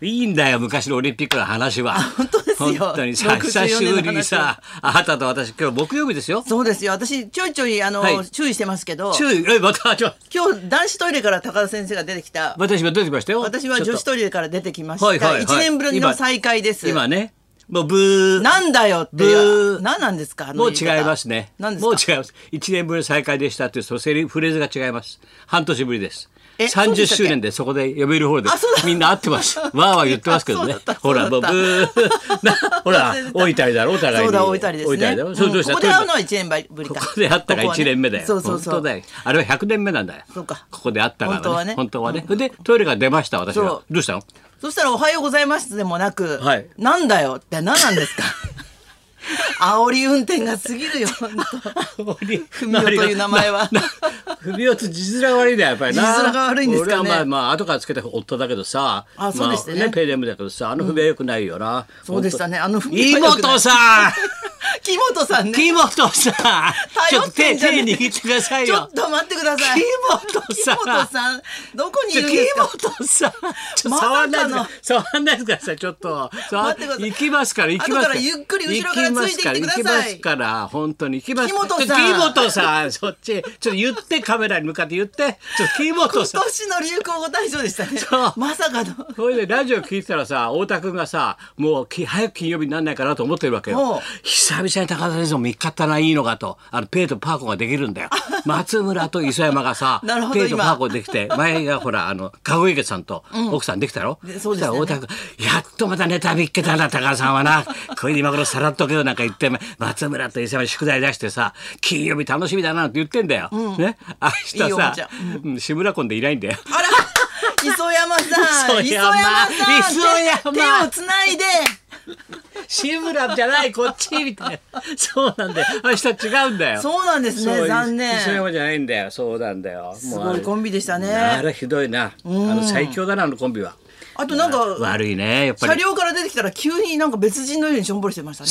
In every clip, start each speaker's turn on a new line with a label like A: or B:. A: いいんだよ昔のオリンピックの話は
B: 本当ですよ
A: 本当にさ
B: 64
A: 久しぶり
B: 年の
A: に
B: 話は
A: さあなたと私今日木曜日ですよ
B: そうですよ私ちょいちょいあの、
A: はい
B: 注意してますけど
A: 注意えまたちょ
B: 今日男子トイレから高田先生が出てきた
A: 私は出てきましたよ
B: 私は
A: ちょっ
B: 女
A: と
B: 子トイレから出てきました、
A: はいはいはい
B: 1年ぶりの再会です
A: 今ねもうブー
B: なんだよって
A: ブー
B: 何なんですかあの
A: もう
B: 言方
A: 違いますね
B: 何です
A: もう
B: か
A: 違います1年ぶりの再会でしたっていうそのセリフレーズが違います半年ぶりです
B: えそうで
A: 30
B: したっけ
A: 周年でそこで呼べる方で
B: あそうだ
A: みんな会って ますわーわー言ってますけどね
B: あそうだった
A: ほら
B: そ
A: もうブ
B: うだった
A: ー なほら置いたりだろお互いに
B: そうだ置いたりですね
A: 置いたりだろそれどうした
B: んここで会うのは1年ぶり
A: こ
B: か
A: こで会ったが1年目だよ。
B: ここはねそうそうそ
A: 本当
B: う
A: だよ。あれは100年目なんだよ。
B: そうか
A: ここで会ったからね。
B: 本当はね
A: 本当はね。で、トイレから出ました、私
B: そ
A: は
B: う。
A: どうした の
B: そしたら「おはようございます」でもなく
A: はい
B: なんだよ」って何なんですか 煽り運転が過ぎるよ本
A: ふ
B: みおという名前は
A: ふみおって字面が悪いねやっぱりな
B: 字面が悪いんですかね
A: 俺はまあまあ後からつけた夫だけどさ
B: あそうでしたね
A: まあペイデムだけどさあのふみはよくないよな、
B: そうでしたねあの
A: ふ
B: 文
A: み
B: は良くない
A: 妹さん
B: 当 木本さんね
A: 木本さんちょっと手手握ってください
B: ちょ
A: よ
B: っと待ってください
A: 木本さん
B: 木本さんどこにい
A: ちょ
B: るん
A: 木
B: ですか
A: 本さんちょ っと
B: まさ
A: 触
B: か
A: ん
B: の
A: ないでください触んないでくださいちょっと触
B: 待ってください
A: 行きますから行きますから
B: 後からゆっくり後ろからついていってくださ
A: 行
B: い
A: きますから行きますから本当に行きます
B: 木本さん
A: ちょ木本さんそっちちょっと言ってカメラに向かって言ってちょっと木本さん
B: 今年の流行語大賞でしたね
A: そう
B: まさかの
A: それでラジオ聞いてたらさ太田君がさもうき早く金曜日になんないかなと思ってるわけ
B: お
A: よ
B: う
A: 久々に高田先生も見っかったないいのかとあのペイとパーコができる んだよ松村と磯山がさ
B: なるほど
A: ペイと
B: 今
A: パーコでき て前がほらあの籠池さんと奥さんできたろ、
B: でそうでしたね
A: そしたら太田君やっとまたネタ見っけたな高田さんは なこれで今頃さらっとけよなんか言って松村と磯山に宿題出してさ金曜日楽しみだなって言ってんだよ、ね明日
B: いいおも
A: さ
B: ちゃ
A: うん志村君でいないんだよ
B: あら磯山さん
A: 磯山
B: 磯山さん
A: 磯山
B: 手手をつないで
A: 志村じゃないこっちみたいな そうなんだよ明日違うんだよ
B: そうなんですね
A: そう
B: 残念
A: 磯山じゃないんだよそうなんだよす
B: すごいコンビでした
A: あ
B: ね
A: れひどいなあの最強だなあのコンビは
B: あとなんか
A: 悪いねやっぱ
B: 車
A: り
B: 両 から出てきたら急になんか別人のようにしょんぼりしてましたね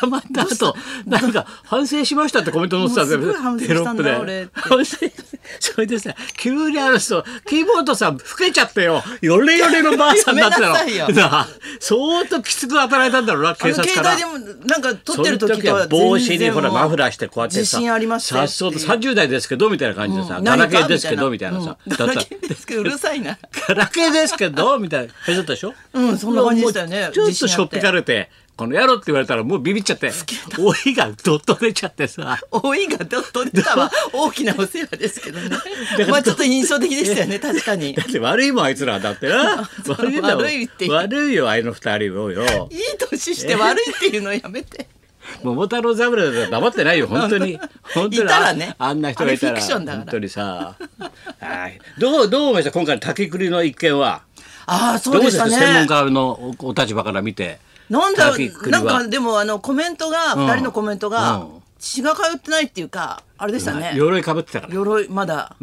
A: 捕まった後なんか反省しましたってコメント載ってたんだよ
B: もうすごい反省
A: テロップで
B: したんだ俺って
A: 反省 それでさ急にあの人キーボードさん老けちゃってよヨレヨレのばあさんになってたの
B: やめなさいよ
A: なあ相当きつく働いたんだろうな
B: あ
A: 警
B: の
A: 察か
B: 携
A: ら
B: 帯でもなんか撮ってる
A: その
B: 時とは全然
A: 帽子にほら
B: もう
A: マフラーしてこうやってさ
B: 自信あります
A: さっそうと30代ですけどみたいな感じでさ、ガラケーですけどみたいなさ、
B: ガ
A: だ
B: ラ
A: った
B: ケーですけどうるさいな
A: ガラケーですけどみたいな感じだったでしょ
B: うんそんな感じでしたよね
A: もうちょっとしょっぴかれてこの野郎って言われたらもうビビっちゃって老いがどっと出ちゃってさ
B: 老いがどっと出たは大きなお世話ですけ どねまあちょっと印象的でしたよね確かに
A: だって悪いもんあいつらだってな
B: そう
A: 悪いんだもん
B: 悪いって言う
A: 悪いよあの二人をよ
B: いい年して悪いっていうのやめて。
A: 桃太郎侍だと黙って ないよ本当に本当に
B: いたらね
A: ああんな人がいた
B: あ
A: ら
B: れフィクションだから
A: 本当にさはいどうどう思いました今回の竹栗の一件は
B: ああ、そ
A: ど
B: う
A: うで
B: で
A: し
B: し
A: たた
B: ね。
A: 専門家のおお立場から見て
B: なんだろ
A: 滝栗は
B: う、なんかでもあのコメントが、
A: ん
B: 二人のコメント
A: う
B: が
A: ん、
B: 血が通ってないっていうか、あれでしたね。
A: 鎧かぶってたから
B: 鎧、まだ、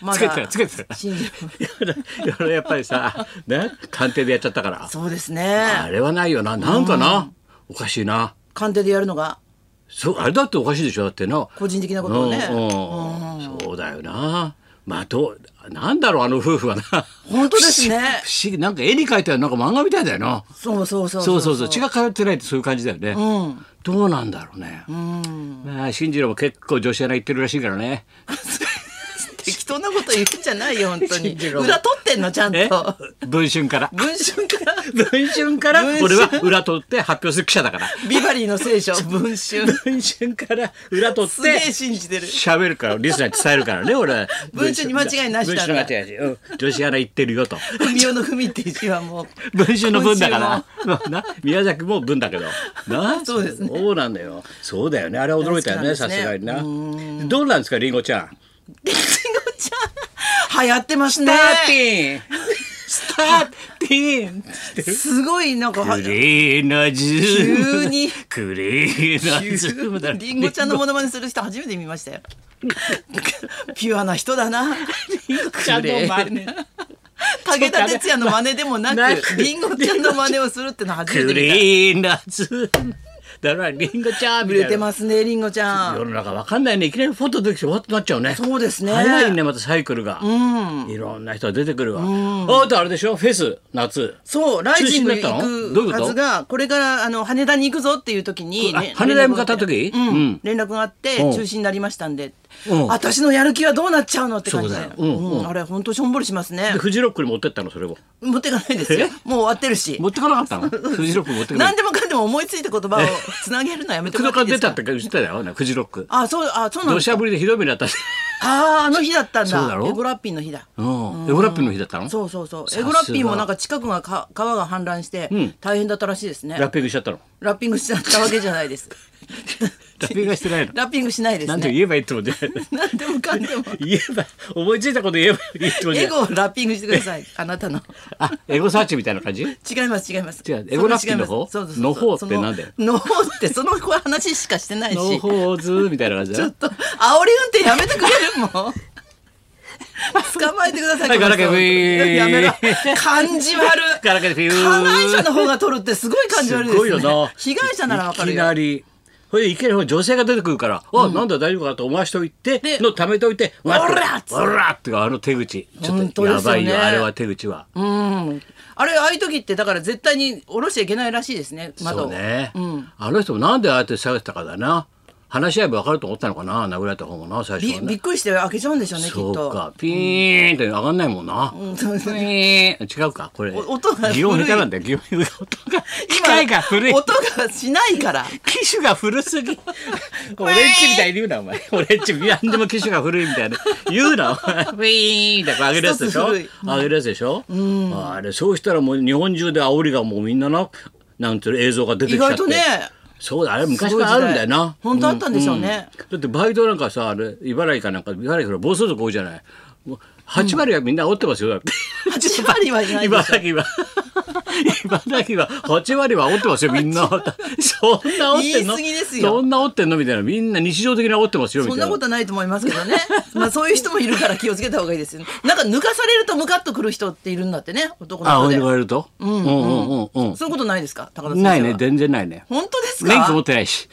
B: ま
A: つけてた
B: だ
A: つけてた
B: 信じる。
A: 鎧やっぱりさね鑑定でやっちゃったから
B: そうです
A: あ
B: ね。
A: れはないよななんかなおかしいな
B: 鑑定でやるのが、
A: そうあれだっておかしいでしょだってな
B: 個人的なことをね
A: うんうんそうだよなまあどうなんだろうあの夫婦はな
B: 本当です
A: 不思議
B: ね
A: 不思議なんか絵に描いたようななんか漫画みたいだよな
B: そうそうそう。
A: そうそうそう血が通ってないってそういう感じだよね、どうなんだろうね、まあ進次郎も結構女子アナ行ってるらしいからね
B: 適当なこと言うんじゃないよ、本 当に。
A: 信じろ
B: 裏取ってんの、ちゃん
A: え
B: と。
A: 文春から
B: 文春から、
A: 文春から
B: 文春
A: 俺は裏取って発表する記者だから
B: ビバリーの聖 書、文春。
A: 文春から裏取っ
B: すげえ
A: て
B: 信じてる。
A: 喋るからリスナーに伝えるからね俺
B: 文春に間違いなしだ
A: 文春
B: から
A: に間違いなし、うん、女子アナ行ってるよ と
B: 文雄の文っていう字はもう。
A: 文春の文だから
B: 今
A: まあ な宮崎も文だけどな
B: そうですね
A: そうなんだよそうだよねあれは驚いたよね
B: 大好きな
A: さ
B: んですね
A: すがになどうなんですかりんごちゃん
B: りんごちゃん流行ってます
A: ス
B: ね
A: ターティンスターティン
B: すごいなんかは
A: クリーナズーム
B: 急に
A: クリーナズームだ
B: りんごちゃんのモノマネする人初めて見ましたよピュアな人だな
A: ちゃんの真似
B: 武田鉄矢の真似でもな
A: なく
B: くりんごちゃんの真似をするってのは初め
A: ク
B: て見
A: リーナズームだからリンゴちゃんみた
B: 売
A: い
B: れ
A: な
B: てますねりんごちゃ
A: 世
B: ん
A: の中わかんないねいきなりフォト出てきてわっとなっちゃうね
B: そうですね
A: 早いねまたサイクルが、
B: ん
A: いろんな人が出てくるわ、あとあれでしょフェス夏
B: そうライジング
A: 中止にな
B: 行
A: ったのどうい
B: く
A: うこと
B: はずがこれからあの羽田に行くぞっていう時に、
A: あ
B: ね
A: 羽田へ向かった時
B: 連絡があって
A: う
B: うんん、連絡が
A: うん
B: あって中止になりましたんで
A: うん
B: 私のやる気はどうなっちゃうのって感じで
A: そうだようんうん
B: うんあれ本当しょんぼりしますね
A: でフジロックに持ってったのそれを
B: 持ってかないですよもう終わってるし
A: 持ってかなかったの フジロック持ってかない
B: 何でもかんでも思いついた言葉をつなげるのはやめて
A: 工
B: もら
A: 藤
B: ってい
A: か
B: い
A: ら
B: で
A: 出
B: す
A: た
B: か
A: って言ってたよねフジロック
B: あそうあそうなん
A: 土
B: だ
A: 砂降りでひどい目にあったし
B: あああの日だったんだ
A: そうだろ
B: エゴラッピーの日だ
A: うんエゴラッピーの日だったの
B: そうそうそう
A: さすが
B: エゴラッピーもなんか近くがか川が氾濫して大変だったらしいですね、
A: ラッピングしちゃったの
B: ラッピングしちゃったわけじゃないです
A: ラッピングはしてないの
B: ラッピングしないで す
A: なんて
B: ね
A: 言えばいいってもんじゃない
B: 何でもかんでも
A: 言えば思いついたこと言えばいいってもんじゃ
B: エ
A: ない
B: ゴをラッピングしてく ださいあなたの
A: あエゴサーチみたいな感 じ
B: 違います違います
A: 違うエゴラッピーの方
B: それ違いますそうそうそう
A: の方ってなんだよ
B: そのの方ってその話しかしてないし
A: ノーホーズみたいな感じだ
B: ちょ
A: な
B: っと煽り運転やめてくれるもん。捕まえてください。
A: はいガ
B: この人
A: ラケーブイーン
B: やめろ。感じ悪い。
A: ガラケーでピュー
B: 加害者の方が取るってすごい感じ悪いですす
A: ごい
B: ね。
A: よ な
B: 被害者ならわかる
A: いき
B: よ
A: な。りそれでいきなりほら女性が出てくるから「あなんだ大丈夫か?」と思わしといて
B: で
A: のためといて「お
B: おらっつって
A: おら!」ってかあの手口ちょっ
B: 本
A: と
B: 当
A: や
B: です
A: ば
B: よね
A: いよあれは手口は。
B: うん。あれああいう時ってだから絶対に下ろしちゃいけないらしいですね。窓
A: そ
B: を
A: うね、あの人もなんでああやって下げてたかだな話し合えば分かると思ったのかな殴られた方もな最初
B: び
A: は
B: び
A: ね
B: っくりして開けちゃうんでしょうねきっ
A: そう
B: と。
A: かピーンって上がんないもんな、
B: うんそうです
A: ピ
B: ね
A: ーン違うかこれ
B: お音が古い
A: 擬音下手なんだよ擬音音が機械が古い
B: 音がしないから。
A: 機種が古す ぎ。俺んちみたいに言うな、お 前。俺んち、何でも機種が古いみたいな。言うな、お 前。ウィーンって上げるやつでしょ
B: 一つ古い
A: 上げるやつでしょあれ、そうしたらもう日本中で煽りがもうみんなな、なんていうの映像が出て
B: 意
A: きちゃって。
B: 外とね。
A: そうだ、あれ昔からあるんだよな。
B: 本当あったんでしょうね。
A: だってバイトなんかさ、あれ、茨城かなんか、茨城から暴走族多いじゃない。もう8割はみんな煽ってますよ、だって。
B: 八割はいないで
A: 茨
B: しょ。
A: 城は茨城は8割は煽ってますよみんなそんな煽ってんの
B: 言い過ぎですよ
A: そんな煽ってんのみたいなみんな日常的に煽ってますよみた
B: そん
A: いな
B: なことはないと思いますけどね。まあそういう人もいるから気をつけた方がい いですよね。なんか抜かされるとムカッとくる人っているんだってね、男
A: あ
B: の子で
A: 言。われるとうんうんうんうん
B: そういうことないですか、高田先生は。
A: ないね全然ないね
B: 本当です
A: 免許持っ
B: か。
A: てないし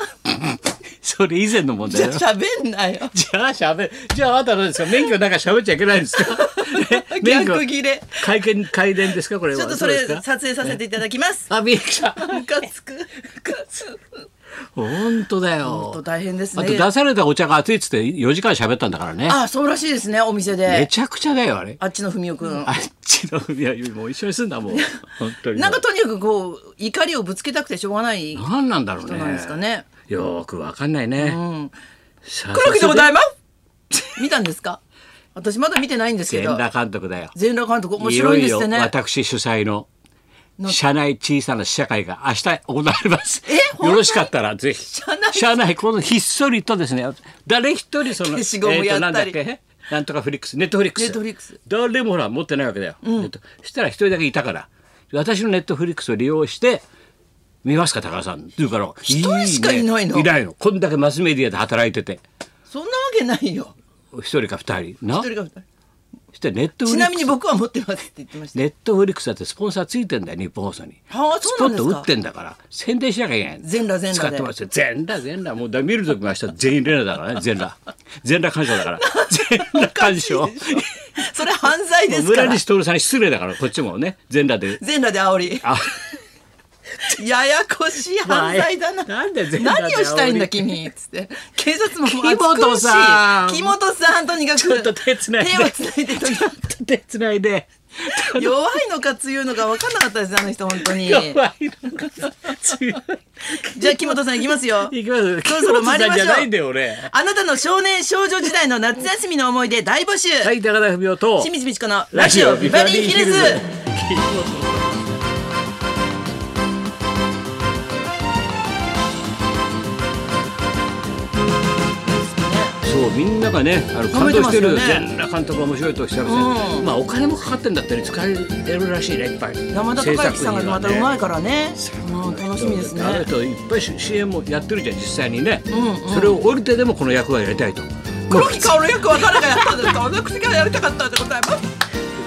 A: それ以前の問
B: じゃ
A: 題だ
B: あ
A: よ
B: 喋んなよ。
A: じゃあしゃべじゃああなたどうですか免許なんかしゃべっちゃいけないんですかね免許
B: 逆切れ。
A: 改見改伝ですかこれは
B: ちょっとそれ
A: どうですか
B: 撮影させていただきます。
A: あびっくりした
B: ムカつく。ムカつく。
A: 本当だ
B: 本当
A: よ
B: 大変です
A: あと
B: ね。
A: 出されたお茶が熱いっつって4時間喋ったんだからね
B: あ、そうらしいですね、お店
A: め
B: で。
A: ちゃくちゃだよあれ
B: あっちの文雄くん
A: あ。っちのいやもう一緒にすんだも う本当に
B: なんかとにかくこう怒りをぶつけたくてしょうがない人
A: 何なんだろうね
B: なんですかね。
A: よーくわかんないね、さあ
B: 黒木でご
A: さ
B: ざいます。見たんですか。私まだ見てないんです
A: す
B: け
A: が
B: ど。
A: 源田監督だよ
B: 全裸監督面白いですって
A: よ
B: ね。
A: よ私主催の社内小さな試写会が明日行われます
B: え本当に
A: よろしかったらぜひ
B: 社内
A: 社内このひっそりとですね誰一人その
B: 消しゴムやったり
A: えーとなんだっけなんとかフリックスネットフリックス
B: Netflix
A: 誰もほら持ってないわけだよ、ネットそしたら一人だけいたから私のネットフリックスを利用して見ますか高田さんって言うから一
B: 人しかいないの
A: いないのこんだけマスメディアで働いてて
B: そんなわけないよ。
A: 一人か二人な
B: 一人が二人
A: そしてネットフ
B: ち
A: リッ
B: な
A: ク
B: み
A: ス
B: に僕は持ってますって言ってました。
A: ネットフリックスだってスポンサーついてんだよ日本放送に
B: はあ
A: ス
B: そ
A: ポ
B: うな
A: ッ
B: んです
A: ト
B: か
A: 打ってんだから宣伝しなきゃいけないの
B: 全裸全
A: 使
B: 裸
A: っ
B: で
A: てますよ全裸全裸もうだ見る時も明日全員レナだからね 全裸全裸鑑賞だから全裸鑑賞
B: それ犯罪ですか
A: 村
B: ら。
A: 西徹さんに失礼だからこっちもね全裸で
B: 全裸で煽り。
A: あ
B: ややこしい犯罪だな。
A: なんで全裸
B: 何
A: で煽り
B: をしたいんだ君っつって警察も
A: 木本さん
B: 厚苦しい木本さんとにかく
A: ちょっと手繋いで
B: 手をつないでとにかく
A: 手つないで
B: 弱いのか強いのか分かんなかったですねあの人本当に
A: 弱 いのか強い
B: じゃあ木本さんいきますよ
A: いきます
B: そろそろ参り
A: 木本さん
B: ましょう
A: じゃないんだよ俺
B: あなたの少年少女時代の夏休みの思い出大募集、
A: はい高田文夫と
B: 清水美智子のラジオビバリーヒルズ
A: そうみんながねあの
B: 褒
A: 感
B: めて
A: 動し
B: ま
A: て
B: すよ
A: る
B: ね
A: 全裸監督が面白いとおっしゃるけど
B: うん
A: まあお金もかかってんだったり使えるらしいねいっぱい
B: 山田孝之さんがまたうまいからね
A: 制作には
B: うん、
A: ね
B: 楽しみですね
A: あの人いっぱい CM もやってるじゃん実際にねそれを降りてでもこの役はやりたいと
B: 黒木薫よく分からなかったんですか私がやりたかったんでございます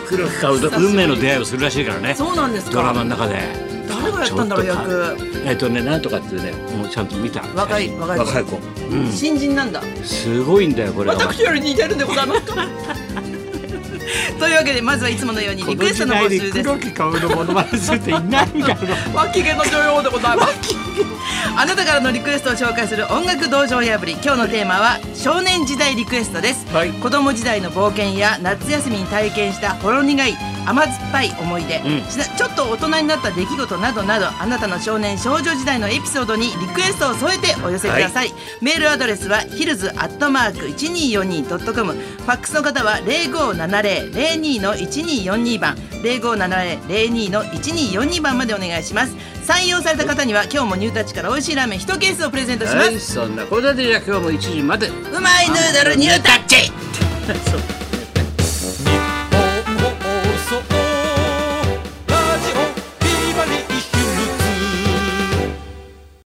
A: 黒木薫と運命の出会いをするらしいからね
B: そうなんですか
A: ドラマの中で
B: 誰がやったんだろう
A: ちょっとか
B: 役
A: えっとねなんとかってねもうちゃんと見た
B: 若い若い子
A: 若い子うん
B: 新人なんだ
A: すごいんだよこれが
B: 私より似てるんでございますか というわけでまずはいつものようにリクエストの募集です
A: 黒木薫のものまねするっていないんだろう
B: 脇毛の女王でございますあなたからのリクエストを紹介する音楽道場破り今日のテーマは少年時代リクエストです、
A: はい
B: 子供時代の冒険や夏休みに体験したほろ苦い甘酸っぱい思い出、
A: うん
B: しなちょっと大人になった出来事などなどあなたの少年少女時代のエピソードにリクエストを添えてお寄せください、メールアドレスはヒルズアットマーク 1242.com ファックスの方は0570-02-1242番0570-02-1242番までお願いします採用された方には今日もニュータッチから美味しいラーメン1ケースをプレゼントします、
A: はいそんなことでじゃあ今日も1時まで
B: うまいヌードルニュータッチ